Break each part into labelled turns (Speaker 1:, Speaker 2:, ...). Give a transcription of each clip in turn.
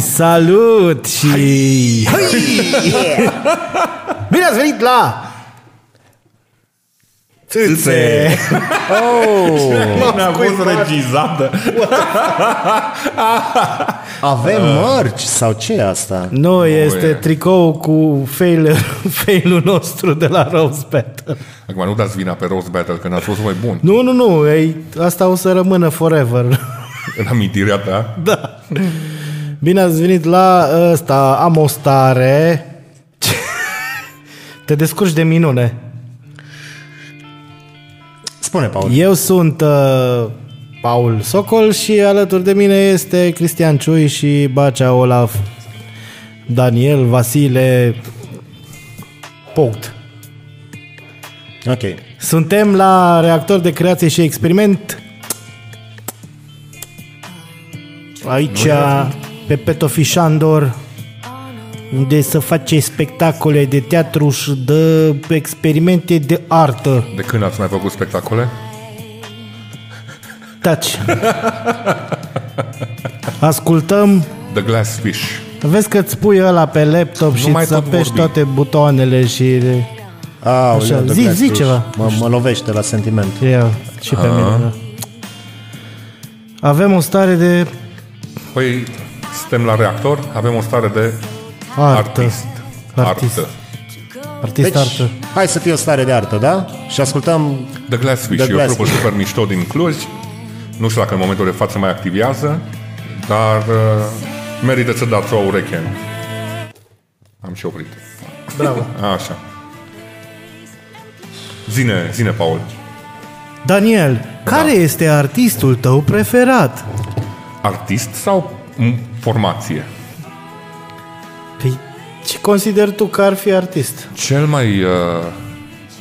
Speaker 1: Salut și...
Speaker 2: Bine ați venit la... Țâțe!
Speaker 1: Oh.
Speaker 3: Mi-a fost regizată.
Speaker 2: Avem mărci sau ce e asta?
Speaker 1: Da. Nu, este
Speaker 3: e.
Speaker 1: tricou cu fail, failul nostru de la Rose Battle.
Speaker 3: Acum nu dați vina pe Rose Battle, că n-ați fost mai bun.
Speaker 1: Nu, nu, nu, ei, asta o să rămână forever.
Speaker 3: În amintirea ta.
Speaker 1: da. Bine ați venit la ă, ăsta, am o stare. Te descurci de minune.
Speaker 2: Spune, Paul.
Speaker 1: Eu sunt uh, Paul Socol și alături de mine este Cristian Ciui și Bacea Olaf, Daniel, Vasile, Poct.
Speaker 2: Ok.
Speaker 1: Suntem la reactor de creație și experiment. Aici, pe Petofișandor, unde să face spectacole de teatru și de experimente de artă.
Speaker 3: De când ați mai făcut spectacole?
Speaker 1: Taci. Ascultăm.
Speaker 3: The Glass Fish.
Speaker 1: Vezi că îți pui ăla pe laptop și
Speaker 3: mai
Speaker 1: îți
Speaker 3: pot
Speaker 1: apeși
Speaker 3: vorbi.
Speaker 1: toate butoanele și...
Speaker 2: Aoleu,
Speaker 1: Așa,
Speaker 2: de
Speaker 1: zi-
Speaker 2: Black
Speaker 1: zi
Speaker 2: Fish.
Speaker 1: ceva.
Speaker 2: Mă, mă lovește la sentiment.
Speaker 1: Ia, și pe mine. da. Avem o stare de
Speaker 3: Păi, suntem la reactor, avem o stare de
Speaker 1: artă.
Speaker 3: artist.
Speaker 1: Artist.
Speaker 3: Artă.
Speaker 1: Artist,
Speaker 2: Deci,
Speaker 1: deci... artă.
Speaker 2: hai să fie o stare de artă, da? Și ascultăm...
Speaker 3: The Glass Fish
Speaker 2: The
Speaker 3: The e o
Speaker 2: Glass
Speaker 3: trupă super mișto din Cluj. Nu știu dacă în momentul de față mai activează, dar uh, merită să dați o ureche. Am și oprit.
Speaker 1: Bravo.
Speaker 3: Așa. Zine, zine, Paul.
Speaker 1: Daniel, care
Speaker 3: da.
Speaker 1: este artistul tău preferat?
Speaker 3: Artist sau m- formație?
Speaker 1: Păi, ce consider tu că ar fi artist?
Speaker 3: Cel mai... Uh,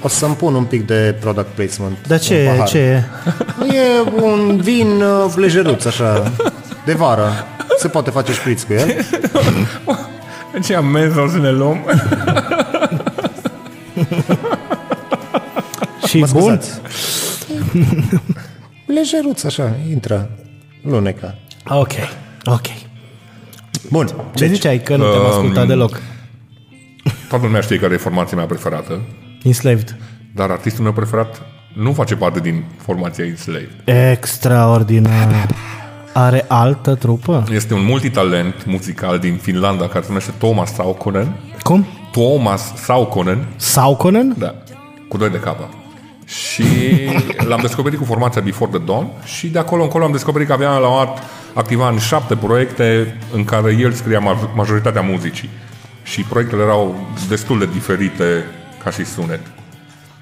Speaker 2: O să-mi pun un pic de product placement.
Speaker 1: Dar ce
Speaker 2: în
Speaker 1: e,
Speaker 2: pahar.
Speaker 1: ce e?
Speaker 2: E un vin uh, lejeruț, așa, de vară. Se poate face șpriț cu el.
Speaker 3: ce amendă o să ne luăm?
Speaker 1: Și
Speaker 2: Mă
Speaker 1: bun?
Speaker 2: scuzați. Lejeruț, așa, intră. Luneca.
Speaker 1: Ah, Ok, ok.
Speaker 2: Bun.
Speaker 1: Ce ziceai că nu te-am ascultat deloc?
Speaker 3: Toată lumea știe care e formația mea preferată,
Speaker 1: Enslaved.
Speaker 3: dar artistul meu preferat nu face parte din formația Enslaved.
Speaker 1: Extraordinar. Are altă trupă?
Speaker 3: Este un multitalent muzical din Finlanda care se numește Thomas Saukonen.
Speaker 1: Cum?
Speaker 3: Thomas Saukonen,
Speaker 1: Saukonen?
Speaker 3: da, cu doi de capa. Și l-am descoperit cu formația Before the Dawn și de acolo încolo am descoperit că avea la un moment dat activa în șapte proiecte în care el scria ma- majoritatea muzicii. Și proiectele erau destul de diferite ca și sunet.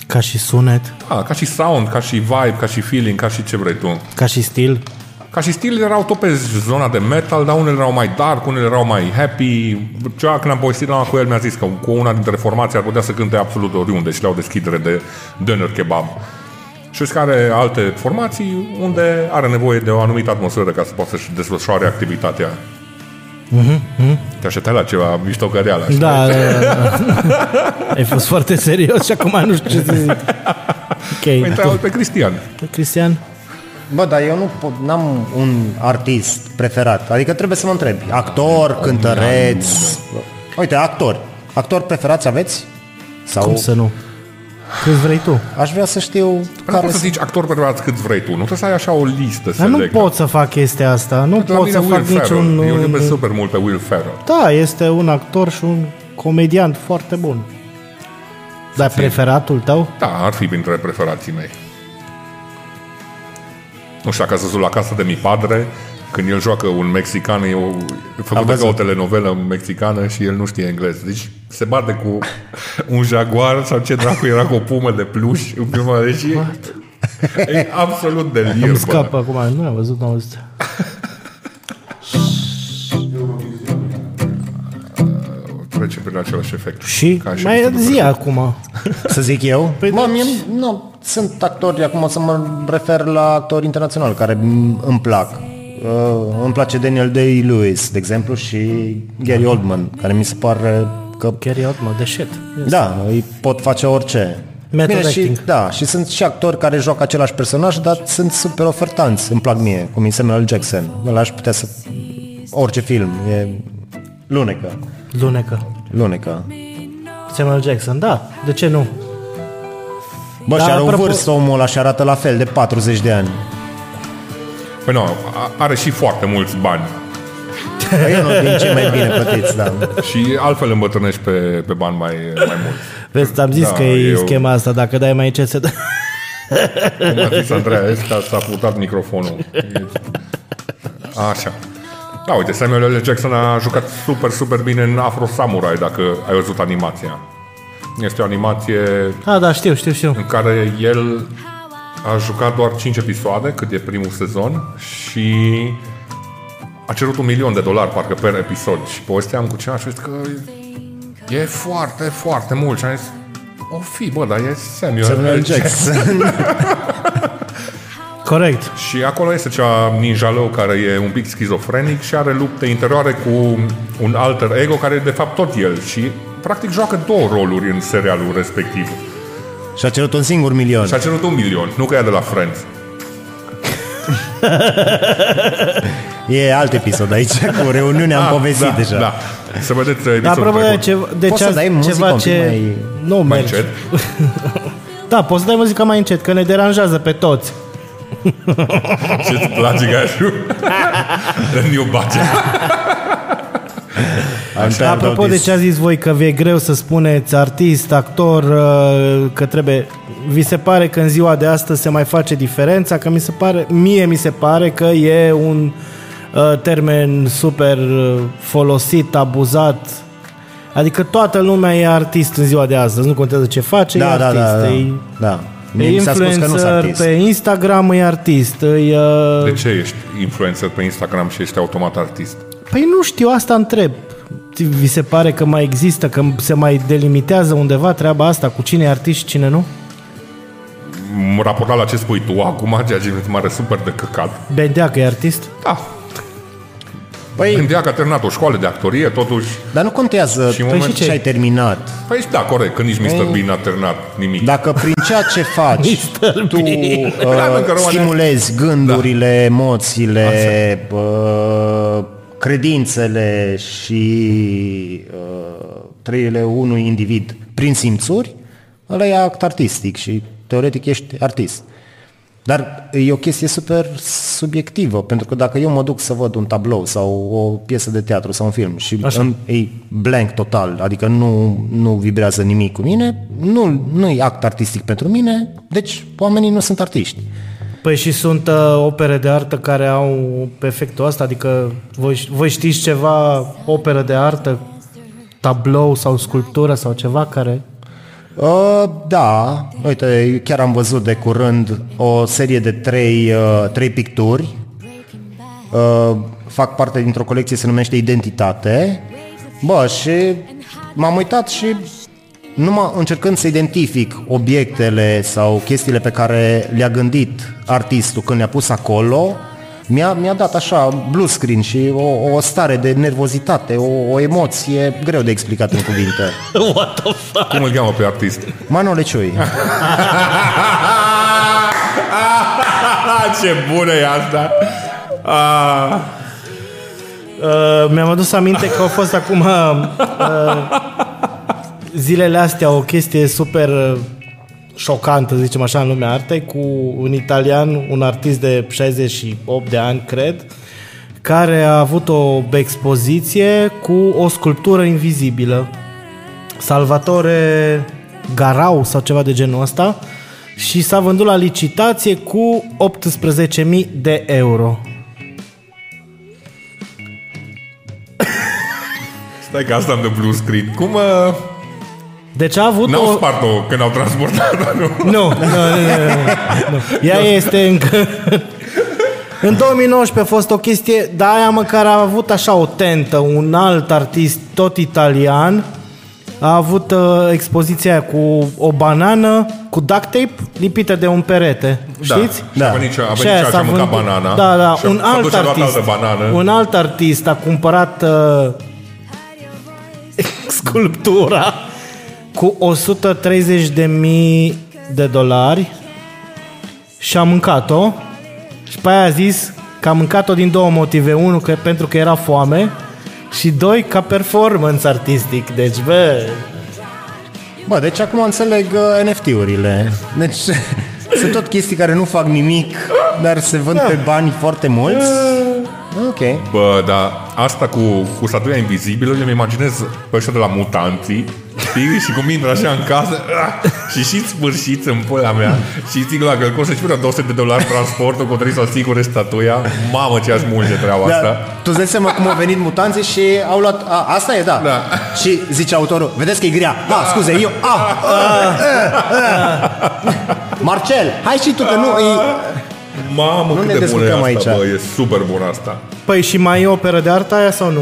Speaker 1: Ca și sunet,
Speaker 3: Da, ca și sound, ca și vibe, ca și feeling, ca și ce vrei tu.
Speaker 1: ca și stil.
Speaker 3: Ca și stil erau tot pe zona de metal, dar unele erau mai dark, unele erau mai happy. Ceva când am povestit la una cu el mi-a zis că cu una dintre formații ar putea să cânte absolut oriunde și le-au deschidere de döner kebab. Și că are alte formații unde are nevoie de o anumită atmosferă ca să poată să-și desfășoare activitatea. Mm-hmm. Te așteptai la ceva miștocăreală. așa.
Speaker 1: Mhm, Da, da, da. Ai fost foarte serios și acum nu știu ce să zic.
Speaker 3: Păi
Speaker 1: Ok,
Speaker 3: întreabă pe Cristian.
Speaker 1: tu, Cristian?
Speaker 2: Bă, dar eu nu pot- n-am un artist preferat. Adică trebuie să mă întreb. Actor, cântăreț... Uite, actor. Actor preferați aveți? Sau
Speaker 1: Cum să nu? Cât vrei tu?
Speaker 2: aș vrea să știu
Speaker 3: Păi Nu
Speaker 2: care
Speaker 3: poți să zici actor preferat cât vrei tu. Nu trebuie să ai așa o listă
Speaker 1: Dar nu
Speaker 3: selectă.
Speaker 1: pot să fac chestia asta. Nu
Speaker 3: La
Speaker 1: pot
Speaker 3: mine
Speaker 1: să
Speaker 3: Will
Speaker 1: fac
Speaker 3: Ferrell.
Speaker 1: niciun... uh,
Speaker 3: Eu îl iubesc super mult pe Will Ferrell.
Speaker 1: Da, este un actor și un comediant foarte bun. Dar preferatul tău?
Speaker 3: Da, ar fi printre preferații mei. Nu știu dacă ați văzut la Casa de Mi Padre, când el joacă un mexican, e, o, e făcută ca
Speaker 2: văzut.
Speaker 3: o telenovelă mexicană și el nu știe engleză. Deci se bate cu un jaguar sau ce dracu era cu o pumă de pluș în prima de și e absolut delir.
Speaker 1: Îmi
Speaker 3: bă.
Speaker 1: scapă acum, nu am văzut, nu am văzut.
Speaker 3: Trece prin același efect.
Speaker 1: Și
Speaker 3: Ca și
Speaker 1: mai
Speaker 3: Mr.
Speaker 1: zi acum.
Speaker 2: să zic eu.
Speaker 1: Păi
Speaker 2: mă,
Speaker 1: da.
Speaker 2: mie, nu, sunt actori, acum o să mă refer la actori internaționali care m- îmi plac. Uh, îmi place Daniel Day-Lewis, de exemplu, și Gary Oldman, care mi se pare că
Speaker 1: Gary Oldman, de shit.
Speaker 2: Da, îi pot face orice.
Speaker 1: Method
Speaker 2: și,
Speaker 1: acting.
Speaker 2: da, și sunt și actori care joacă același personaj, dar sunt super ofertanți, îmi plac mie, cum e Samuel L. Jackson. Îl aș putea să... orice film, e Lunecă.
Speaker 1: Lunecă.
Speaker 2: Lunecă.
Speaker 1: Samuel Jackson, da, de ce nu?
Speaker 2: Bă,
Speaker 3: Da,
Speaker 1: Dar
Speaker 2: și are o
Speaker 1: apropo-
Speaker 2: vârstă omul ăla și arată la fel, de 40 de ani.
Speaker 3: Păi nu, a- are și foarte mulți bani.
Speaker 2: Păi e unul din cei mai bine plătiți, da.
Speaker 3: Și altfel îmbătrânești pe, pe bani mai, mai mult.
Speaker 1: Vezi, am zis
Speaker 3: Da,
Speaker 1: da, că e
Speaker 3: eu-
Speaker 1: eu... schema asta, dacă dai mai ce se dă.
Speaker 3: Cum a zis Andreea Esca, s-a putat microfonul. Așa. Da, uite, Samuel L. Jackson a jucat super, super bine în Afro Samurai, dacă ai văzut animația. Este o animație
Speaker 1: Ah, da, știu, știu, știu.
Speaker 3: în care el a jucat doar 5 episoade, cât e primul sezon, și a cerut un milion de dolari, parcă, per episod. Și povesteam cu cineva și a zis că e foarte, foarte mult. Și am zis, o fi, bă, dar e Samuel, Samuel
Speaker 2: Samuel
Speaker 3: L. Jackson.
Speaker 2: Jackson.
Speaker 1: Corect.
Speaker 3: Și acolo este cea ninja leu care e un pic schizofrenic și are lupte interioare cu un alter ego care e de fapt tot el și practic joacă două roluri în serialul respectiv.
Speaker 2: și a cerut un singur milion.
Speaker 3: Și a cerut un milion, nu că ea de la Friends.
Speaker 2: E alt episod aici, cu reuniunea am povestit
Speaker 3: da,
Speaker 2: deja.
Speaker 3: Da. Să vedeți
Speaker 1: Dar
Speaker 3: episodul
Speaker 1: apropo de,
Speaker 3: trecut.
Speaker 1: ceva, de
Speaker 2: Poți să dai
Speaker 1: ce,
Speaker 2: muzica
Speaker 1: ceva
Speaker 2: un pic
Speaker 1: ce...
Speaker 2: mai-
Speaker 1: Nu
Speaker 3: Mai
Speaker 1: merge.
Speaker 3: încet.
Speaker 1: Da, poți să dai muzica mai încet, că ne deranjează pe toți.
Speaker 3: Ce-ți place, Gașu? New budget.
Speaker 2: Așa,
Speaker 1: Apropo de ce a zis voi că vi e greu să spuneți artist, actor, uh, că trebuie... Vi se pare că în ziua de astăzi se mai face diferența? Că mi se pare, mie mi se pare că e un uh, termen super uh, folosit, abuzat. Adică toată lumea e artist în ziua de astăzi, nu contează ce face, e
Speaker 2: da, da,
Speaker 1: artist.
Speaker 2: da, da,
Speaker 1: E,
Speaker 2: da.
Speaker 1: e
Speaker 2: Mie mi s-a spus că nu sunt
Speaker 1: influencer,
Speaker 2: artist.
Speaker 1: pe Instagram e artist. E, uh,
Speaker 3: De ce ești influencer pe Instagram și ești automat artist?
Speaker 1: Păi nu știu, asta întreb. Vi se pare că mai există, că se mai delimitează undeva treaba asta cu cine e artist și cine nu?
Speaker 3: M- Raportat la ce spui tu acum, ceea ce mi se pare super de căcat.
Speaker 1: Bendea că e artist?
Speaker 3: Da,
Speaker 2: Păi,
Speaker 3: Când ea că a terminat o școală de actorie, totuși...
Speaker 2: dar nu contează
Speaker 3: Și în
Speaker 2: păi
Speaker 3: momentul-
Speaker 2: ce ai terminat.
Speaker 3: Păi și da, corect, că nici Mr. Bean n-a terminat nimic.
Speaker 1: Da.
Speaker 2: Dacă prin ceea ce faci tu uh,
Speaker 3: Da, mă, că rămâne-
Speaker 2: stimulezi gândurile, emoțiile, uh, credințele și uh, trăirile unui individ prin simțuri, ăla e act artistic și teoretic ești artist. Dar e o chestie super subiectivă, pentru că dacă eu mă duc să văd un tablou sau o piesă de teatru sau un film și
Speaker 1: Așa.
Speaker 2: îmi, e blank total, adică nu, nu vibrează nimic cu mine, nu, nu e act artistic pentru mine, deci oamenii nu sunt artiști.
Speaker 1: Păi și sunt uh, opere de artă care au efectul ăsta, adică voi, voi știți ceva operă de artă, tablou sau sculptură sau ceva care...
Speaker 2: Uh, da, uite, chiar am văzut de curând o serie de trei, uh, trei picturi. Uh, fac parte dintr-o colecție, se numește Identitate. Bă, și m-am uitat și numai încercând să identific obiectele sau chestiile pe care le-a gândit artistul când le-a pus acolo, mi-a, mi-a dat așa blue screen și o, o stare de nervozitate, o, o emoție greu de explicat în cuvinte.
Speaker 3: Cum îl cheamă pe artist?
Speaker 2: Manole Ciui.
Speaker 3: Ce bună e asta! Ah,
Speaker 1: Uh, mi-am adus aminte că au fost acum uh, zilele astea o chestie super uh, șocantă, zicem așa, în lumea artei, cu un italian, un artist de 68 de ani, cred, care a avut o expoziție cu o sculptură invizibilă. Salvatore Garau sau ceva de genul ăsta și s-a vândut la licitație cu 18.000 de euro.
Speaker 3: stai că asta am de blue screen. Cum... Uh,
Speaker 1: Deci a avut
Speaker 3: n-au
Speaker 1: o...
Speaker 3: spart-o când au transportat nu?
Speaker 1: Nu, nu, nu, nu, nu, nu. Ea este încă... În 2019 a fost o chestie, dar aia măcar a avut așa o tentă, un alt artist tot italian, a avut uh, expoziția aia cu o banană, cu duct tape, lipită de un perete. Știți?
Speaker 3: Da. Și A venit, ce- a venit
Speaker 1: aia
Speaker 3: cea ce a mâncat
Speaker 1: vândut.
Speaker 3: banana.
Speaker 1: Da, da,
Speaker 3: și a-
Speaker 1: un
Speaker 3: s-a
Speaker 1: alt
Speaker 3: dus și a luat
Speaker 1: artist.
Speaker 3: altă banană.
Speaker 1: Un alt artist a cumpărat uh, sculptura cu 130.000 de dolari și a mâncat-o și pe aia a zis că a mâncat-o din două motive. Unul, că, pentru că era foame și doi ca performance artistic. Deci, bă,
Speaker 2: Bă, deci acum înțeleg uh, NFT-urile. Deci sunt tot chestii care nu fac nimic, dar se vând
Speaker 1: Da.
Speaker 2: pe bani foarte mulți.
Speaker 1: Uh.
Speaker 2: Ok.
Speaker 3: Bă, dar asta cu, cu statuia invizibilă, eu mi imaginez pe ăștia de la mutanții, știi? Și cum intră așa în casă ah, și și sfârșit în pula mea și zic la că costă și vreo 200 de dolari transportul cu trebuie să asigure statuia. Mamă ce aș mulge treaba
Speaker 2: Da,
Speaker 3: asta.
Speaker 2: tu îți dai seama cum au venit mutanții și au luat... A, asta e, da.
Speaker 3: Da.
Speaker 2: Și zice autorul, vedeți că e grea. A, scuze, eu... A, a, a, a. Marcel, hai și tu, că nu... E...
Speaker 3: Mamă
Speaker 2: Nu
Speaker 3: cât
Speaker 2: ne
Speaker 3: de bună e
Speaker 2: descurcăm
Speaker 3: asta,
Speaker 2: aici.
Speaker 3: bă, e super bună asta.
Speaker 1: păi și mai e operă de artă aia sau nu?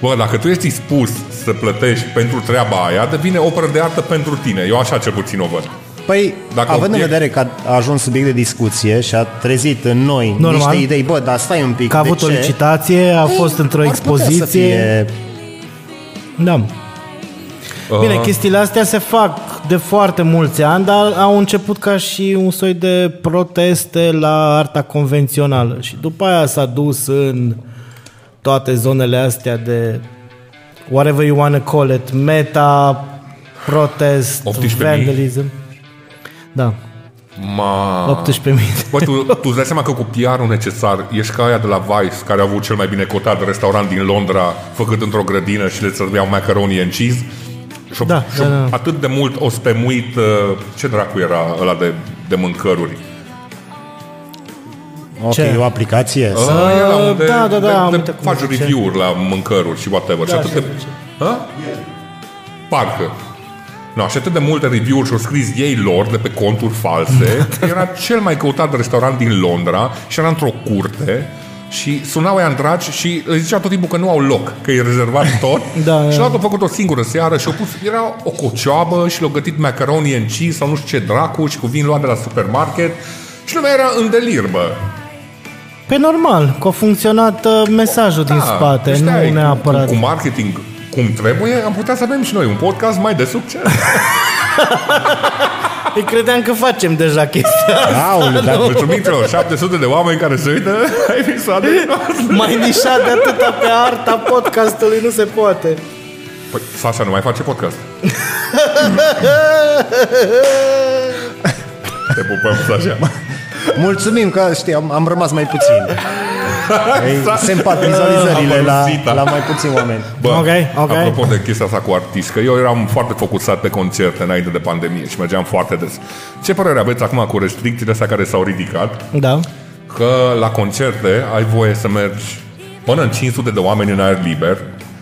Speaker 3: Bă, dacă tu ești dispus să plătești pentru treaba aia, devine operă de artă pentru tine. Eu așa cel puțin o văd.
Speaker 2: Păi,
Speaker 3: Dacă
Speaker 2: Dacă având
Speaker 3: obiect-
Speaker 2: în vedere că a ajuns subiect de discuție și a trezit în noi
Speaker 1: Normal.
Speaker 2: niște idei, bă, dar stai un pic,
Speaker 1: Că a
Speaker 2: de
Speaker 1: avut
Speaker 2: ce? Păi,
Speaker 1: o licitație, a fost într-o
Speaker 2: Ar putea să
Speaker 1: expoziție.
Speaker 2: fie-
Speaker 1: Da.
Speaker 3: Ah, Uh-huh.
Speaker 1: Bine, chestiile astea se fac de foarte mulți ani, dar au început ca și un soi de proteste la arta convențională și după aia s-a dus în toate zonele astea de whatever you wanna call it, meta, protest,
Speaker 3: 18.000?
Speaker 1: vandalism. Da,
Speaker 3: Ma...
Speaker 1: 18.000.
Speaker 3: Bă, tu, tu îți dai seama că cu PR-ul necesar ești ca aia de la Vice, care a avut cel mai bine cotat restaurant din Londra, făcut într-o grădină și le serveau macaroni and cheese. Și-o,
Speaker 1: Da,
Speaker 3: și-o
Speaker 1: da, da.
Speaker 3: atât de mult o stemuit, uh, ce dracu era ăla de, de mâncăruri?
Speaker 2: Ok,
Speaker 1: Ce?
Speaker 2: e o aplicație? sau-
Speaker 3: Ăla
Speaker 1: da, da, da, am
Speaker 3: de, de
Speaker 1: uitat cum
Speaker 3: faci
Speaker 1: se zice.
Speaker 3: review-uri la mâncăruri și whatever. și
Speaker 1: Da,
Speaker 3: atât
Speaker 1: așa
Speaker 3: de... Hă? Parcă. No, și atât de multe review-uri și-au scris ei lor de pe conturi false.
Speaker 1: Da.
Speaker 3: era cel mai căutat restaurant din Londra și era într-o curte și sunau aia în dragi și le zicea tot timpul că nu au loc, că e rezervat tot.
Speaker 1: Da,
Speaker 3: și
Speaker 1: da.
Speaker 3: la au făcut o singură seară și au pus, era o cocioabă și le-au gătit macaroni and cheese sau nu știu ce dracu și cu vin luat de la supermarket și lumea era în delir, bă.
Speaker 1: Pe normal, că a funcționat uh, mesajul din spate,
Speaker 3: deci de-aia e,
Speaker 1: nu neapărat.
Speaker 3: Cu, cu marketing cum trebuie, am putea să avem și noi un podcast mai de succes.
Speaker 1: Ei, credeam că facem deja chestia asta.
Speaker 2: Aoleu,
Speaker 1: Da.
Speaker 2: dar
Speaker 3: Mulțumim celor 700 de oameni care se uită la episoadele noastre.
Speaker 1: Mai nișat de atâta pe arta podcastului nu se poate.
Speaker 3: Păi, Sasha nu mai face podcast. Te pupăm, Sasha.
Speaker 2: mulțumim că, știi, am, am rămas mai puțin. Ei, Se împart vizualizările
Speaker 3: Am
Speaker 2: la,
Speaker 3: părăsit-a.
Speaker 2: la mai puțin oameni.
Speaker 3: Bă,
Speaker 1: Ok, ok.
Speaker 3: apropo de chestia asta cu artist, că eu eram foarte focusat pe concerte înainte de pandemie și mergeam foarte des. Ce părere aveți acum cu restricțiile astea care s-au ridicat?
Speaker 1: Da.
Speaker 3: că la concerte ai voie să mergi până în 500 de oameni în aer liber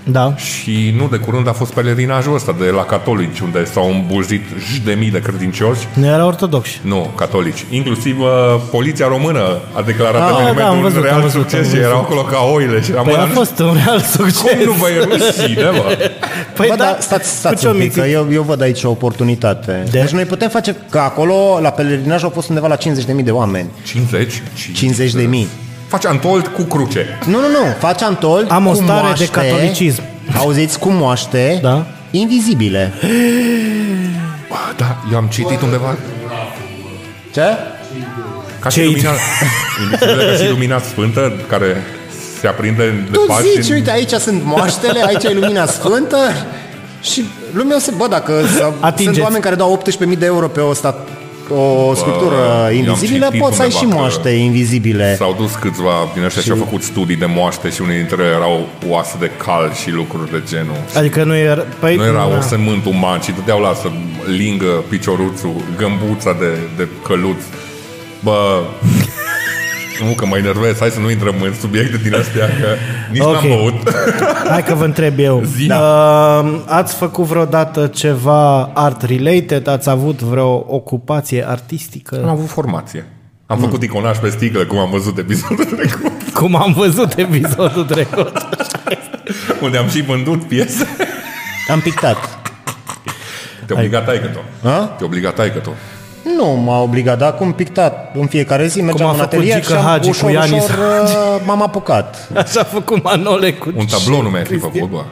Speaker 1: Da.
Speaker 3: și nu de curând a fost pelerinajul ăsta de la catolici, unde s-au îmbulzit și de mii de credincioși.
Speaker 1: Nu era ortodox. Păi
Speaker 3: Nu, catolici. Inclusiv uh, poliția română a declarat
Speaker 1: Ah,
Speaker 3: ah, evenimentul
Speaker 1: da, am văzut,
Speaker 3: un real
Speaker 1: am văzut, am
Speaker 3: succes și
Speaker 1: văzut.
Speaker 3: erau acolo ca oile și eram
Speaker 1: Păi
Speaker 3: "Bă,
Speaker 1: a
Speaker 3: nu-
Speaker 1: fost un real succes.
Speaker 3: Cum nu vă e rușine, bă?
Speaker 1: Păi
Speaker 2: Bă,
Speaker 1: da,
Speaker 2: dar stați, stați
Speaker 1: Cu ce
Speaker 2: un pic,
Speaker 1: omiți?
Speaker 2: că eu, eu văd aici o oportunitate.
Speaker 1: De?
Speaker 2: De? Deci noi putem face, că acolo la pelerinaj au fost undeva la 50.000 de oameni.
Speaker 3: 50?
Speaker 2: 50 de mii.
Speaker 3: Faci antold cu cruce.
Speaker 2: Nu, nu, nu, faci antol
Speaker 1: Am o
Speaker 2: cu
Speaker 1: stare de
Speaker 2: moaște,
Speaker 1: catolicism.
Speaker 2: Auziți, cu moaște
Speaker 1: Da.
Speaker 2: invizibile.
Speaker 3: Bă, da, eu am citit undeva
Speaker 2: Ce?
Speaker 3: Ca și
Speaker 1: Ce-i-
Speaker 3: lumina, invisibilă, ca și lumina sfântă care se aprinde de
Speaker 2: Tu
Speaker 3: pași.
Speaker 2: zici, uite, aici sunt moaștele, aici e lumina sfântă și lumea se... Bă, dacă s-a- sunt
Speaker 1: Atingeți.
Speaker 2: oameni care dau 18.000 de euro pe o, stat, o sculptură invizibilă,
Speaker 3: citit
Speaker 2: poți să ai și
Speaker 3: undeva că-
Speaker 2: moaște invizibile.
Speaker 3: S-au dus câțiva din ăștia și au făcut studii de moaște și unii dintre ele erau oase de cal și lucruri de genul.
Speaker 1: Adică nu era... Păi,
Speaker 3: Nu era
Speaker 1: da.
Speaker 3: un sământ uman, ci dădeau la să lingă picioruțul, gâmbuța de, de căluț. Bă, nu că mă enervez, hai să nu intrăm în subiecte din astea, că nici
Speaker 1: Ok.
Speaker 3: n-am băut.
Speaker 1: Hai că vă întreb eu.
Speaker 3: Zi.
Speaker 1: Uh, ați făcut vreodată ceva art-related? Ați avut vreo ocupație
Speaker 3: Am
Speaker 1: artistică?
Speaker 3: avut formație.
Speaker 1: Mm.
Speaker 3: Am făcut iconaj pe sticlă, cum am văzut episodul trecut.
Speaker 1: Cum am văzut episodul trecut.
Speaker 3: Unde am și vândut piese.
Speaker 2: Am pictat.
Speaker 3: Te obliga taică tu.
Speaker 2: A?
Speaker 3: Te obliga taică tu.
Speaker 2: Nu m-a obligat, dar acum pictat în fiecare zi, mergeam
Speaker 1: a
Speaker 2: în
Speaker 1: făcut
Speaker 2: atelier
Speaker 1: Gică
Speaker 2: și am
Speaker 1: Hagi cu
Speaker 2: ușor,
Speaker 1: Ianis
Speaker 2: ușor uh, m-am apucat.
Speaker 1: Așa a făcut Manole cu...
Speaker 3: Un tablou nu mi-ai fi făcut, bă.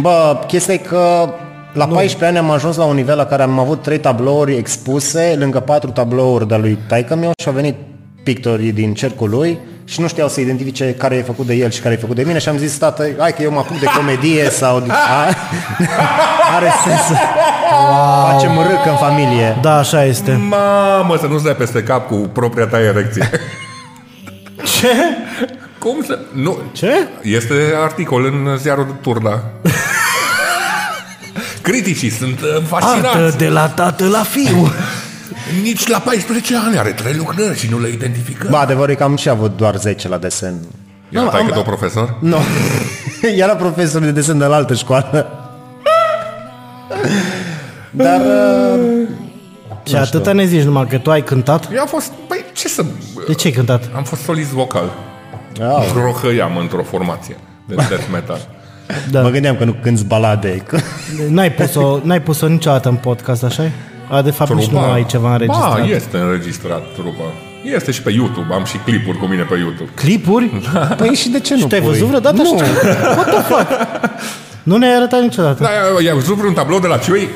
Speaker 2: Bă, chestia e că la 14 ani am ajuns la un nivel la care am avut trei tablouri expuse, lângă patru tablouri de lui taică meu și au venit pictorii din cercul lui și nu știau să identifice care e făcut de el și care e făcut de mine și am zis, tată, hai că eu mă apuc de comedie sau... de- A, are sens să facem râc în familie.
Speaker 1: Da, așa este.
Speaker 3: Mamă, să nu-ți dai peste cap cu propria ta erecție.
Speaker 1: Ce?
Speaker 3: Cum să... Nu,
Speaker 1: Ce?
Speaker 3: este articol în ziarul de Turda. Criticii sunt uh, fascinați.
Speaker 1: Artă de la tată la fiu.
Speaker 3: Nici la 14 ani are trei lucrări și nu le identificăm.
Speaker 2: Ba, adevărul e că am și avut doar 10 la desen.
Speaker 3: Ia,
Speaker 2: Nu,
Speaker 3: tai
Speaker 2: am-
Speaker 3: că tu profesor?
Speaker 2: Nu. Era profesor de desen de la altă școală. Dar uh,
Speaker 1: Și atâta ne zici numai că tu ai cântat?
Speaker 3: Eu am fost... Păi, ce să...
Speaker 1: De ce ai cântat?
Speaker 3: Am fost solist vocal.
Speaker 2: au,
Speaker 3: Crohăiam într-o formație de death metal.
Speaker 1: Da.
Speaker 2: mă gândeam că nu cânti balade. că-
Speaker 1: N-ai pus-o, n-ai pus-o niciodată în podcast, așa A, de fapt, nici nu ai ceva înregistrat.
Speaker 3: Ba, este înregistrat trupa. Este și pe YouTube. Am și clipuri cu mine pe YouTube.
Speaker 1: Clipuri?
Speaker 2: Păi și de ce nu
Speaker 1: Și te-ai
Speaker 2: pui?
Speaker 1: văzut vreodată
Speaker 2: Nu.
Speaker 1: așa? What the fuck? Nu ne-ai arătat niciodată.
Speaker 3: Da, i- i-am văzut vreun tablou de la cei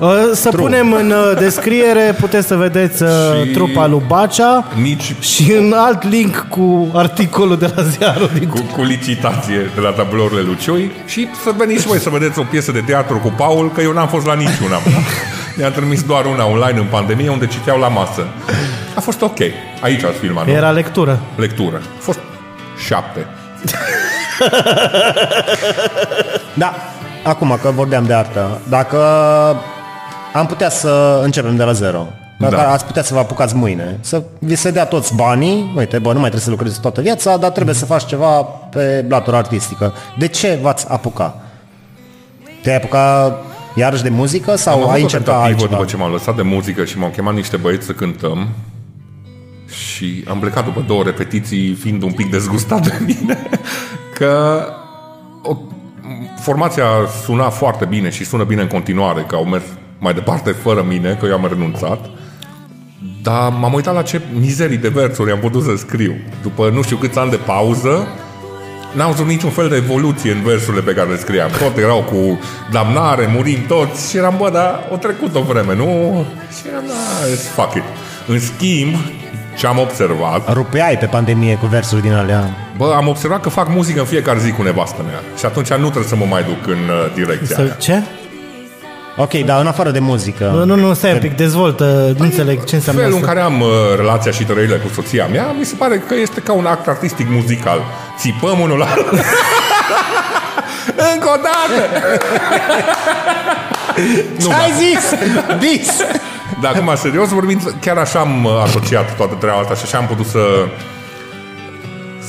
Speaker 1: Uh, Să punem în uh, descriere, puteți să vedeți uh,
Speaker 3: Și-
Speaker 1: trupa lui Bacea
Speaker 3: nici
Speaker 1: și în alt link cu articolul de la ziarul din...
Speaker 3: cu, cu licitație de la tablourile lui Cioi și să veniți și voi să vedeți o piesă de teatru cu Paul, că eu n-am fost la niciuna. Mi-am trimis doar una online în pandemie, unde citeau la masă. A fost ok. Aici ați filmat, nu?
Speaker 1: Era lectură.
Speaker 3: Lectură. A fost șapte.
Speaker 2: Da, acum că vorbeam de artă, dacă am putea să începem de la zero, dacă
Speaker 3: Da.
Speaker 2: da. ați putea să vă apucați mâine, să vi se dea toți banii, uite, bă, nu mai trebuie să lucrezi toată viața, dar trebuie să faci ceva pe latura artistică. De ce v-ați apuca? Te-ai apuca iarăși de muzică sau
Speaker 3: Am
Speaker 2: ai
Speaker 3: avut o
Speaker 2: încercat
Speaker 3: tentativă
Speaker 2: altceva?
Speaker 3: după ce m-am lăsat de muzică și m-au chemat niște băieți să cântăm și am plecat după două repetiții fiind un pic dezgustat de mine că o, formația suna foarte bine și sună bine în continuare, că au mers mai departe fără mine, că eu am renunțat. Dar m-am uitat la ce mizerii de versuri am putut să scriu. După nu știu câți ani de pauză, n-am văzut niciun fel de evoluție în versurile pe care le scriam. Tot erau cu damnare, murim toți și eram, bă, dar o trecut o vreme, nu? Și eram, da, it's fuck it. În schimb, ce am observat
Speaker 2: Rupeai pe pandemie cu versuri din alea.
Speaker 3: Bă, am observat că fac muzică în fiecare zi cu nevastă mea și atunci nu trebuie să mă mai duc în uh, direcția
Speaker 1: Să,
Speaker 3: aia.
Speaker 1: ce? Uh,
Speaker 2: Ok, dar în afară de muzică.
Speaker 1: Nu, nu, nu, stai un pic, dezvoltă, nu înțeleg ce înseamnă
Speaker 3: Felul în
Speaker 1: asta.
Speaker 3: care am uh, relația și trăirile cu soția mea, mi se pare că este ca un act artistic muzical. Țipăm unul la altul. Încă o dată!
Speaker 2: Ce ai zis? Bis!
Speaker 3: Dar acum, serios vorbind, chiar așa am uh, asociat toată treaba asta și așa am putut să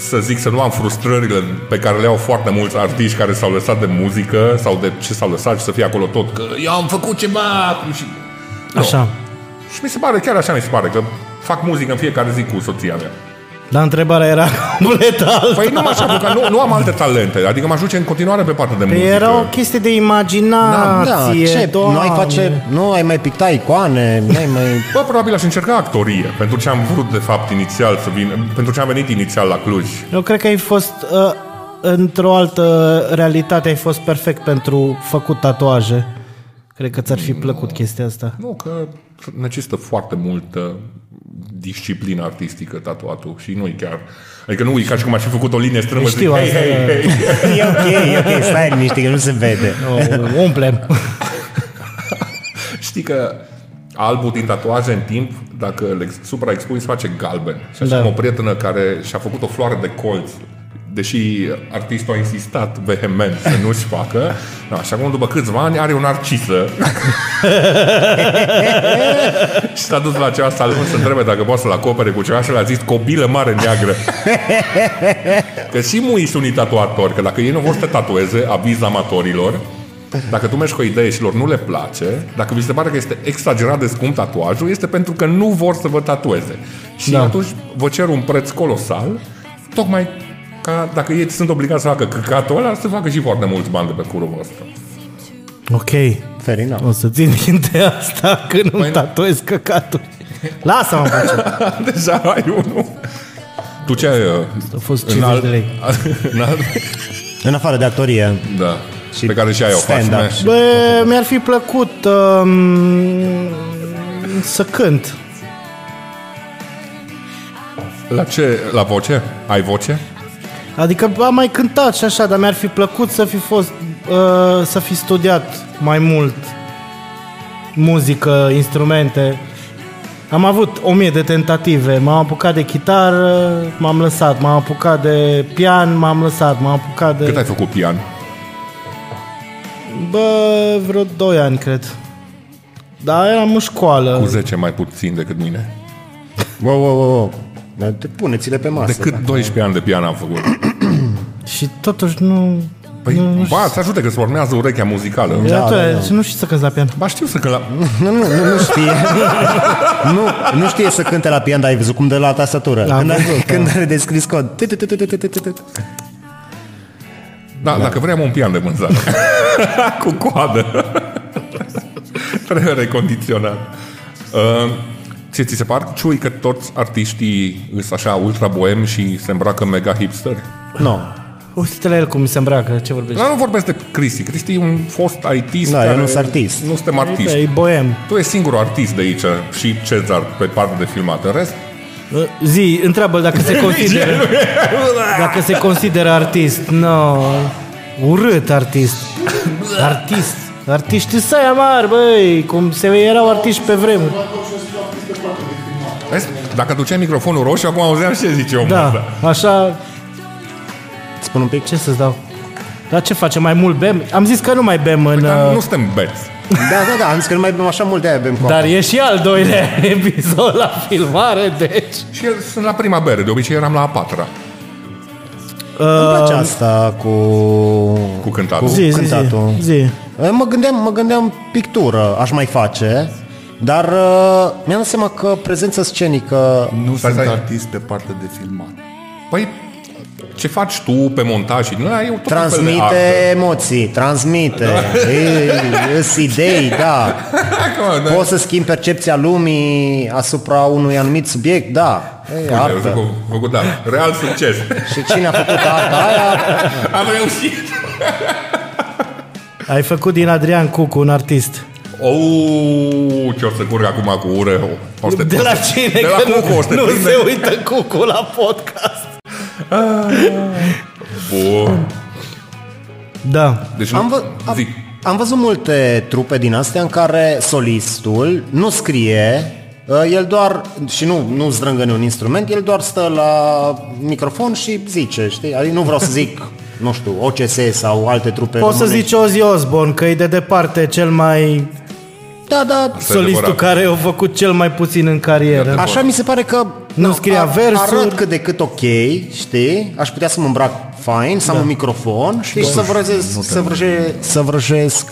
Speaker 3: să zic să nu am frustrările pe care le au foarte mulți artiști care s-au lăsat de muzică sau de ce s-au lăsat și să fie acolo tot că eu am făcut ceva și... Nu.
Speaker 1: Așa.
Speaker 3: Și mi se pare, chiar așa mi se pare, că fac muzică în fiecare zi cu soția mea.
Speaker 1: Dar întrebarea era complet altă.
Speaker 3: Păi nu m-aș apuca, nu, nu am alte talente, adică mă ajunge în continuare pe partea de muzică.
Speaker 1: Era o chestie de
Speaker 2: Da,
Speaker 1: imaginație,
Speaker 2: ce? Nu ai,
Speaker 1: Doamne.
Speaker 2: face, nu ai mai picta icoane, nu ai mai...
Speaker 3: Bă, probabil aș încerca actorie, pentru ce am vrut de fapt inițial să vin, pentru ce am venit inițial la Cluj.
Speaker 1: Eu cred că ai fost uh, într-o altă realitate, ai fost perfect pentru făcut tatuaje. Cred că ți-ar fi plăcut chestia asta.
Speaker 3: Nu, că necesită foarte multă disciplină artistică tatuatul și nu-i chiar... Adică nu e ca și cum aș fi făcut o linie strâmbă și
Speaker 1: Știu
Speaker 3: zic,
Speaker 1: asta,
Speaker 3: hei,
Speaker 1: da.
Speaker 3: hei, hei,
Speaker 2: E ok, e ok, stai liniște că nu se vede.
Speaker 1: O, umplem.
Speaker 3: Știi că albul din tatuaje în timp, dacă le supraexpui, se face galben. Și așa
Speaker 1: Da.
Speaker 3: da. o prietenă care și-a făcut o floare de colț, deși artistul a insistat vehement să nu-și facă, da, și acum după câțiva ani are o narcisă. și s-a dus la ceva salon să întrebe dacă poate să-l acopere cu ceva și le-a zis cobilă mare neagră. Că și mui sunt unii tatuatori, că dacă ei nu vor să te tatueze, aviz amatorilor, dacă tu mergi cu o idee și lor nu le place, dacă vi se pare că este exagerat de scump tatuajul, este pentru că nu vor să vă tatueze. Și
Speaker 1: Da.
Speaker 3: da. atunci vă cer un preț colosal, tocmai ca dacă ei sunt obligați să facă căcatul ăla, să facă și foarte mulți bani de pe curul vostru.
Speaker 1: Ok,
Speaker 2: Ferina.
Speaker 1: o să țin minte asta când
Speaker 2: Păi
Speaker 1: îmi tatuez căcatul. Lasă-mă, face.
Speaker 3: Deja ai unul. Tu ce ai? uh,
Speaker 1: A fost
Speaker 3: în
Speaker 1: 50
Speaker 3: alt-
Speaker 1: de lei.
Speaker 3: în alt-
Speaker 2: În afară de actorie.
Speaker 3: Da.
Speaker 2: Și
Speaker 3: pe care și ai o
Speaker 2: stand-up.
Speaker 3: faci.
Speaker 1: Bă, mi-ar fi plăcut um, să cânt.
Speaker 3: La ce? La voce? Ai voce?
Speaker 1: Adică am mai cântat și așa, dar mi-ar fi plăcut să fi fost, uh, să fi studiat mai mult muzică, instrumente. Am avut o mie de tentative, m-am apucat de chitară, m-am lăsat, m-am apucat de pian, m-am lăsat, m-am apucat de...
Speaker 3: Cât ai făcut pian?
Speaker 1: Bă, vreo 2 ani, cred. Dar eram în școală.
Speaker 3: Cu 10 mai puțin decât mine.
Speaker 2: Wow, wow, wow, wow. Dar te- Puneți-le pe masă.
Speaker 3: Decât 12 ani de pian am făcut.
Speaker 1: Și totuși nu...
Speaker 3: Păi, ba, să ajute că îți formează urechea muzicală.
Speaker 1: Da, da, da. Nu știu să cânti la pian.
Speaker 3: Ba, știu să că la...
Speaker 2: Nu, nu, nu, nu știe. nu, nu știe să cânte la pian, dar ai văzut cum de la tastatură.
Speaker 1: Am
Speaker 2: Când,
Speaker 1: văzut,
Speaker 2: când are descris cod. Tu, tu, tu, tu, tu, tu, tu, tu.
Speaker 3: Da, dacă vrei am un pian de vânzare. Cu coadă. Trebuie recondiționat. Uh, ție ți se par ciui că toți artiștii sunt așa ultra boem și se îmbracă mega hipster?
Speaker 2: Nu.
Speaker 1: Uite-te la el cum se îmbracă, ce vorbești.
Speaker 3: Dar nu vorbesc de Cristi. Cristi e un fost artist.
Speaker 2: Da,
Speaker 3: care-
Speaker 2: el nu-s artist.
Speaker 3: Nu suntem
Speaker 1: Da,
Speaker 3: artiști.
Speaker 1: e boem.
Speaker 3: Tu e singurul artist de aici și Cezar pe partea de filmat. În rest,
Speaker 1: Zi, întreabă dacă se consideră Dacă se consideră artist No Urât artist Artist Artiștii să ia mari, băi Cum se erau artiști pe vremuri
Speaker 3: vezi, dacă duceai microfonul roșu, acum auzeam ce zice omul
Speaker 1: Da,
Speaker 3: ăsta.
Speaker 1: așa
Speaker 2: Spun un pic.
Speaker 1: Ce să-ți dau? Dar ce facem? Mai mult bem? Am zis că nu mai bem în...
Speaker 3: Dar
Speaker 1: uh,
Speaker 3: nu suntem beți.
Speaker 2: Da, da, da, am zis că nu mai bem așa mult de aia bem cu
Speaker 3: Da.
Speaker 1: Dar e și al doilea episod la filmare, deci...
Speaker 3: Și eu sunt la prima bere, de obicei eram la a patra.
Speaker 2: Îmi place asta cu...
Speaker 3: Cu cântatul.
Speaker 1: Zi, zi, zi,
Speaker 2: cântatul.
Speaker 1: zi.
Speaker 2: Eh, Mă gândeam, mă gândeam pictură aș mai face, dar uh, mi-am dat seama că prezența scenică...
Speaker 4: Nu
Speaker 3: Stai,
Speaker 4: sunt
Speaker 3: stai.
Speaker 4: artist pe partea de filmat.
Speaker 3: Păi, ce faci tu pe montaj? și din ăla,
Speaker 2: Păi,
Speaker 3: eu tot un fel de
Speaker 2: Transmite emoții, transmite, e- îs idei, da.
Speaker 3: artă. Acum, da.
Speaker 2: Poți să schimbi percepția lumii asupra unui anumit subiect, da. E
Speaker 3: Uite,
Speaker 2: artă.
Speaker 3: făcut, făcut, da, real succes.
Speaker 2: Și cine a făcut arta aia?
Speaker 3: Am reușit.
Speaker 1: Ai făcut din Adrian Cucu un artist
Speaker 3: Ou, ce o să curg acum cu ură. O să te-
Speaker 1: De la cine?
Speaker 3: De la
Speaker 1: Că nu-
Speaker 3: Cucu, o să te
Speaker 1: Nu
Speaker 3: prinde.
Speaker 1: se uită Cucu la podcast
Speaker 3: Bun.
Speaker 1: Da
Speaker 3: Deci,
Speaker 2: Am,
Speaker 3: nu-
Speaker 2: vă, am,
Speaker 3: zi.
Speaker 2: am văzut multe trupe din astea în care solistul nu scrie, uh, el doar, și nu, nu strângăne un instrument, el doar stă la microfon și zice, știi? Adică nu vreau să zic, nu știu, OCS sau alte trupe
Speaker 1: Poți să
Speaker 2: românești.
Speaker 1: zici Ozzy Osbourne că e de departe cel mai
Speaker 2: Da, da,
Speaker 1: solistul
Speaker 3: adevărat.
Speaker 1: care a făcut cel mai puțin în
Speaker 3: E
Speaker 1: carieră.
Speaker 3: adevărat.
Speaker 2: Așa mi se pare că
Speaker 1: Nu
Speaker 2: da,
Speaker 1: scria
Speaker 2: ar-
Speaker 1: versuri.
Speaker 2: Arăt cât de cât ok, știi? Aș putea să mă îmbrac fain, să am un microfon știi, și să vrăjesc, să vrăje, să vrăjesc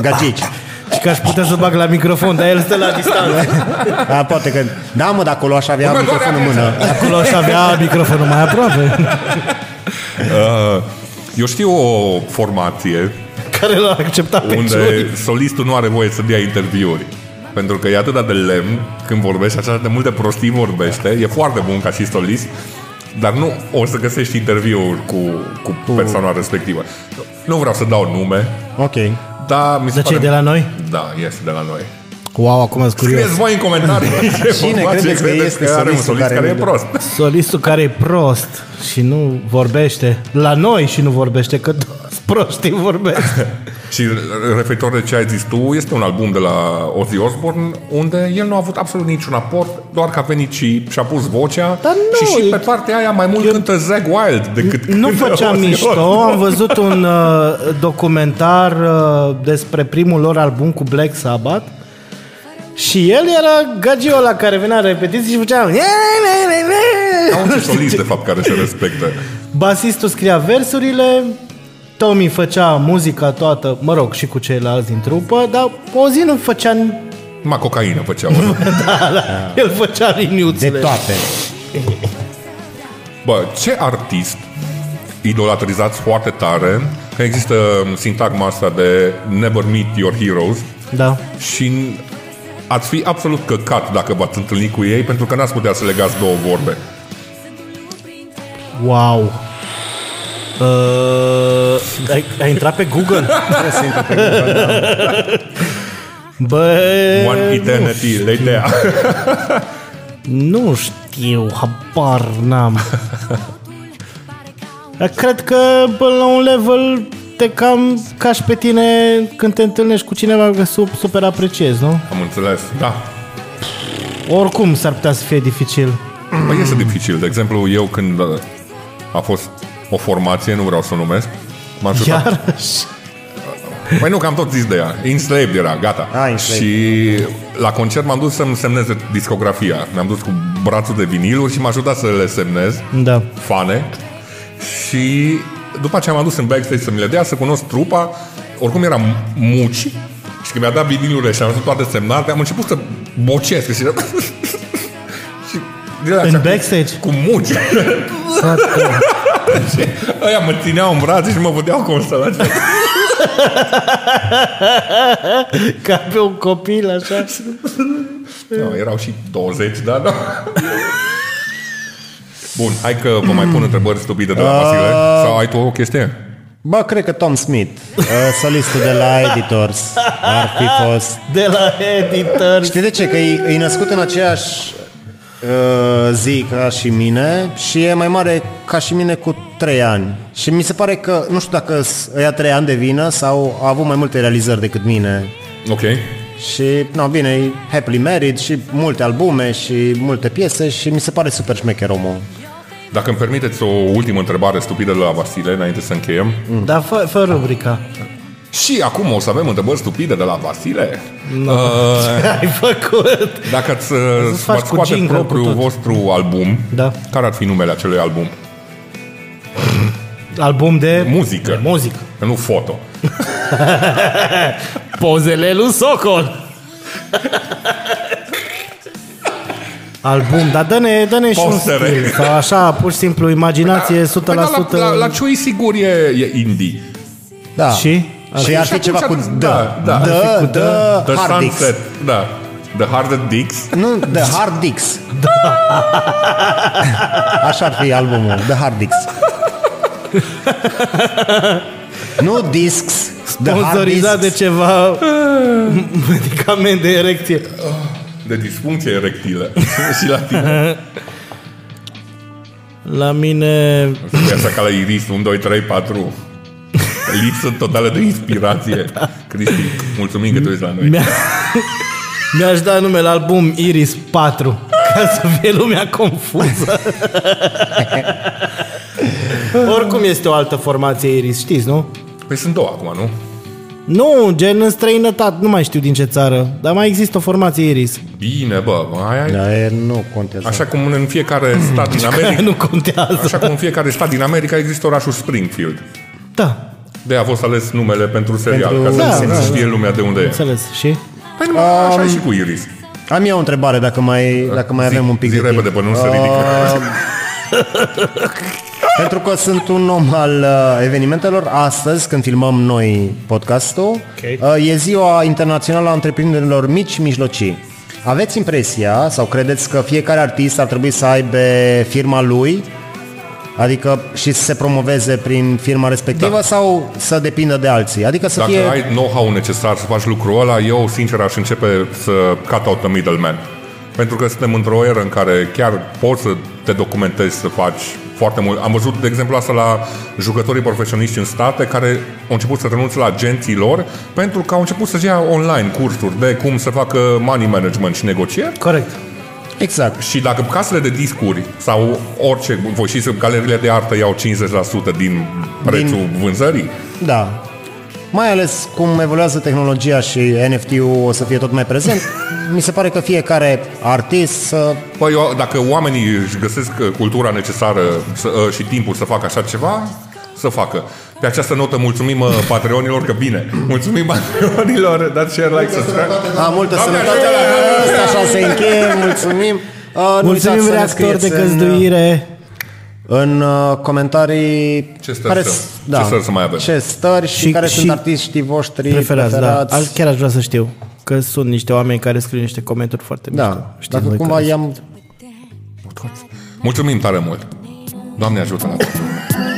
Speaker 2: gagici.
Speaker 1: Și că aș putea să bag la microfon, dar el stă la distanță.
Speaker 2: Da, poate că... Da, mă, dar acolo aș
Speaker 3: Mă
Speaker 2: avea
Speaker 3: doare
Speaker 2: microfonul în
Speaker 3: atenția.
Speaker 2: mână.
Speaker 1: Acolo aș avea microfonul mai aproape.
Speaker 3: Uh, eu știu o formație
Speaker 1: Care l-a acceptat pe Unde...
Speaker 3: unde solistul nu are voie să dea interviuri. Pentru că e atât de lemn când vorbește, așa de multe prostii vorbește, e foarte bun ca și solist, dar nu o să găsești interviuri cu, cu persoana respectivă. Nu vreau să dau nume,
Speaker 2: Ok.
Speaker 3: dar mi se
Speaker 1: De ce
Speaker 3: pare...
Speaker 1: e de la noi?
Speaker 3: Da, este de la noi.
Speaker 1: Wow, acum sunt
Speaker 3: Scrieți voi în comentarii ce
Speaker 2: Cine
Speaker 3: formație
Speaker 2: credeți că este
Speaker 3: că are un
Speaker 2: solistul
Speaker 3: solist care,
Speaker 2: care
Speaker 3: e
Speaker 2: nu-
Speaker 3: prost.
Speaker 1: Solistul care e prost și nu vorbește. La noi și nu vorbește, că toți proștii vorbesc.
Speaker 3: Și referitor de ce ai zis tu, este un album de la Ozzy Osbourne unde el nu a avut absolut niciun aport, doar că a venit și și-a pus vocea
Speaker 1: Dar nu,
Speaker 3: și și
Speaker 1: e-
Speaker 3: pe partea aia mai mult cântă Zag Wild decât
Speaker 1: Nu
Speaker 3: cântă
Speaker 1: făceam
Speaker 3: Ozzy
Speaker 1: mișto,
Speaker 3: Osbourne.
Speaker 1: am văzut un uh, documentar uh, despre primul lor album cu Black Sabbath și el era gagiul ăla care venea la repetiții și făcea
Speaker 3: Ca un solist, de fapt, care se respectă.
Speaker 1: Basistul scria versurile, Tommy făcea muzica toată, mă rog, și cu ceilalți din trupă, dar Ozzy nu făcea,
Speaker 3: Ma cocaină făceau. ăla.
Speaker 1: el făcea
Speaker 2: Da. De
Speaker 1: liniuțele.
Speaker 2: toate.
Speaker 3: Bă, ce artist idolatrizați foarte tare, că există sintagma asta de never meet your heroes,
Speaker 1: Da.
Speaker 3: și ați fi absolut căcat dacă v-ați întâlnit cu ei, pentru că n-ați putea să legați două vorbe.
Speaker 1: Wow. Uh, ai, ai intrat pe Google? Bă, da.
Speaker 3: One eternity later.
Speaker 1: nu știu. eu habar n-am. Dar Cred că până la un level te cam cași pe tine când te întâlnești cu cineva că sub, super apreciezi, nu?
Speaker 3: Am înțeles, da.
Speaker 1: Oricum s-ar putea să fie dificil.
Speaker 3: Păi este dificil. De exemplu, eu când uh, a fost o formație, nu vreau să o numesc, m-am jucat
Speaker 1: Iarăși.
Speaker 3: Păi nu, că am tot zis de ea. Enslaved era, gata.
Speaker 2: Ah, Enslaved.
Speaker 3: și la concert m-am dus să-mi semneze discografia. Mi-am dus cu brațul de viniluri și m-a ajutat să le semnez,
Speaker 1: Da.
Speaker 3: fane. Și după aceea m-am dus în backstage să mi le dea, să cunosc trupa. Oricum eram muci și când mi-a dat vinilurile și am văzut toate semnate, am început să bocesc și... și din alea
Speaker 1: În
Speaker 3: așa,
Speaker 1: backstage?
Speaker 3: Cu, cu muci. Aia mă țineau în brațe și mă puteau consola.
Speaker 1: Ca pe un copil, așa.
Speaker 3: Nu, erau și 20, da, da. Bun, hai că vă mai
Speaker 1: Mm.
Speaker 3: pun întrebări stupide de la Vasile.
Speaker 1: Ah.
Speaker 3: Sau ai tu o chestie?
Speaker 2: Bă, cred că Tom Smith, uh, solistul de la Editors, ar fi fost.
Speaker 1: De la editor.
Speaker 2: Știi de ce? Că e, e născut în aceeași uh, zi ca și mine și e mai mare ca și mine cu 3 ani. Și mi se pare că, nu știu dacă s- ia 3 ani de vină sau a avut mai multe realizări decât mine.
Speaker 3: Ok.
Speaker 2: Și, no, bine, e happily married și multe albume și multe piese și mi se pare super șmecher omul.
Speaker 3: Dacă îmi permiteți o ultimă întrebare stupidă de la Vasile, înainte să încheiem.
Speaker 1: Dar Da, fă, fă rubrica.
Speaker 3: Și acum o să avem întrebări stupide de la Vasile. Uh,
Speaker 1: Ai făcut.
Speaker 3: dacă ați, uh,
Speaker 1: să-ți faci
Speaker 3: v-ați
Speaker 1: cu
Speaker 3: scoate
Speaker 1: jingle, cu
Speaker 3: propriul
Speaker 1: tot.
Speaker 3: vostru album,
Speaker 1: Da.
Speaker 3: care ar fi numele acelui album?
Speaker 1: Album de...
Speaker 3: Muzică.
Speaker 1: De muzică.
Speaker 3: Nu foto.
Speaker 1: Pozele lui Socol. Album, dar dă-ne, dă-ne și un
Speaker 3: Postere.
Speaker 1: stil, sau așa, pur și simplu, imaginație 100%.
Speaker 3: Păi da, la, la, la Ciui sigur e, e indie.
Speaker 2: Da.
Speaker 1: Și?
Speaker 2: Și ar fi
Speaker 3: atunci
Speaker 2: ceva cu
Speaker 3: atunci-
Speaker 2: da,
Speaker 3: da,
Speaker 2: da,
Speaker 3: ar
Speaker 1: fi cu
Speaker 2: da,
Speaker 3: The
Speaker 2: hard dicks.
Speaker 3: Sunset. Da. The Hard Dicks.
Speaker 2: Nu, The Hard Dicks.
Speaker 1: Da.
Speaker 2: Așa ar fi albumul, The Hard Dicks. nu discs, The Hard
Speaker 1: Sponsorizat
Speaker 2: Discs.
Speaker 1: de ceva
Speaker 3: Ah.
Speaker 1: medicament de erecție.
Speaker 3: de disfuncție erectilă și la tine.
Speaker 1: La mine...
Speaker 3: E așa ca la Iris, 1, 2, 3, 4. Lipsă totală de inspirație.
Speaker 2: Da.
Speaker 3: Cristi, mulțumim că tu ești la noi.
Speaker 1: Mi-a... Mi-aș da numele album Iris 4 Ca să fie lumea confuză Oricum este o altă formație Iris, știți, nu?
Speaker 3: Păi sunt două acum, nu?
Speaker 1: Nu, gen în străinătate, nu mai știu din ce țară Dar mai există o formație Iris
Speaker 3: Bine, bă, aia e.
Speaker 2: Da, e, nu contează.
Speaker 3: Așa cum în fiecare stat din
Speaker 1: Aia
Speaker 3: America,
Speaker 1: nu contează
Speaker 3: așa cum în fiecare stat din America există orașul Springfield.
Speaker 1: Da,
Speaker 3: De a fost ales numele pentru serial,
Speaker 2: Pentru-
Speaker 3: ca
Speaker 1: Da,
Speaker 3: să
Speaker 1: da,
Speaker 3: da, știe lumea de unde e.
Speaker 1: înțeles, și?
Speaker 3: Păi nu, așa e și cu Iris.
Speaker 2: Am eu o întrebare dacă mai, dacă mai
Speaker 3: Zi-
Speaker 2: avem un pic
Speaker 3: zi
Speaker 2: de timp.
Speaker 3: repede, până nu se ridică.
Speaker 2: Pentru că sunt un om al uh, evenimentelor, astăzi când filmăm noi podcastul,
Speaker 1: Ok.
Speaker 2: uh, e ziua internațională a întreprinderilor mici și mijlocii. Aveți impresia sau credeți că fiecare artist ar trebui să aibă firma lui, adică și să se promoveze prin firma respectivă da. sau să depindă de alții? Adică să
Speaker 3: Dacă
Speaker 2: fie...
Speaker 3: ai know-how necesar să faci lucrul ăla, eu sincer aș începe să cut out the middleman. Pentru că suntem într-o eră în care chiar poți să te documentezi, să faci foarte mult. Am văzut, de exemplu, asta la jucătorii profesioniști în state care au început să renunțe la agenții lor pentru că au început să-și ia online cursuri de cum să facă money management și negocieri
Speaker 1: Corect
Speaker 2: Exact.
Speaker 3: și dacă casele de discuri sau orice, voi știți că galeriile de artă iau 50% din prețul vânzării,
Speaker 2: Da. Mai ales cum evoluează tehnologia și NFT-ul o să fie tot mai prezent, mi se pare că fiecare artist să...
Speaker 3: Păi eu, dacă oamenii își găsesc uh, cultura necesară să, uh, și timpul să facă așa ceva, să facă. Pe această notă mulțumim uh, patreonilor că bine. Mulțumim patreonilor, dați share, like, subscribe.
Speaker 2: A, Ah, multă
Speaker 3: Doamne,
Speaker 2: sănătate
Speaker 3: ajută!
Speaker 2: la asta, așa se încheie, mulțumim. Uh, nu uitați
Speaker 1: Mulțumim
Speaker 2: să ne
Speaker 1: reactor de
Speaker 2: scrieți în-
Speaker 1: găzduire
Speaker 2: În uh, comentarii...
Speaker 3: Ce stări să-
Speaker 2: s- da.
Speaker 3: ce stări să mai avem?
Speaker 2: Ce stări și,
Speaker 1: Și-
Speaker 2: și care
Speaker 1: și
Speaker 2: sunt artiștii voștri preferați.
Speaker 1: Preferați, da Aș, Chiar aș vrea să știu Că sunt niște oameni care scriu niște comentarii foarte mișto
Speaker 2: da.
Speaker 1: Știți
Speaker 2: Dacă
Speaker 1: voi
Speaker 2: cumva
Speaker 1: care
Speaker 2: i-am
Speaker 3: Mulțumim tare mult. Doamne ajută la tot.
Speaker 4: Thank